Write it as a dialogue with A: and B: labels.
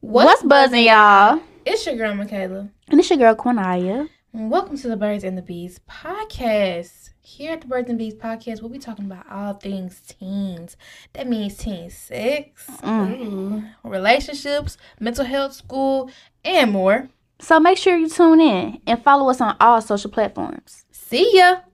A: What's, buzzing, y'all?
B: It's your girl Michaela.
A: And it's your girl Quinaya.
B: and Welcome to the Birds and the Bees podcast. Here at the Birds and Bees podcast, we'll be talking about all things teens. That means teen sex,
A: Mm.
B: ooh, relationships, mental health, school, and more.
A: So make sure you tune in and follow us on all social platforms.
B: See ya.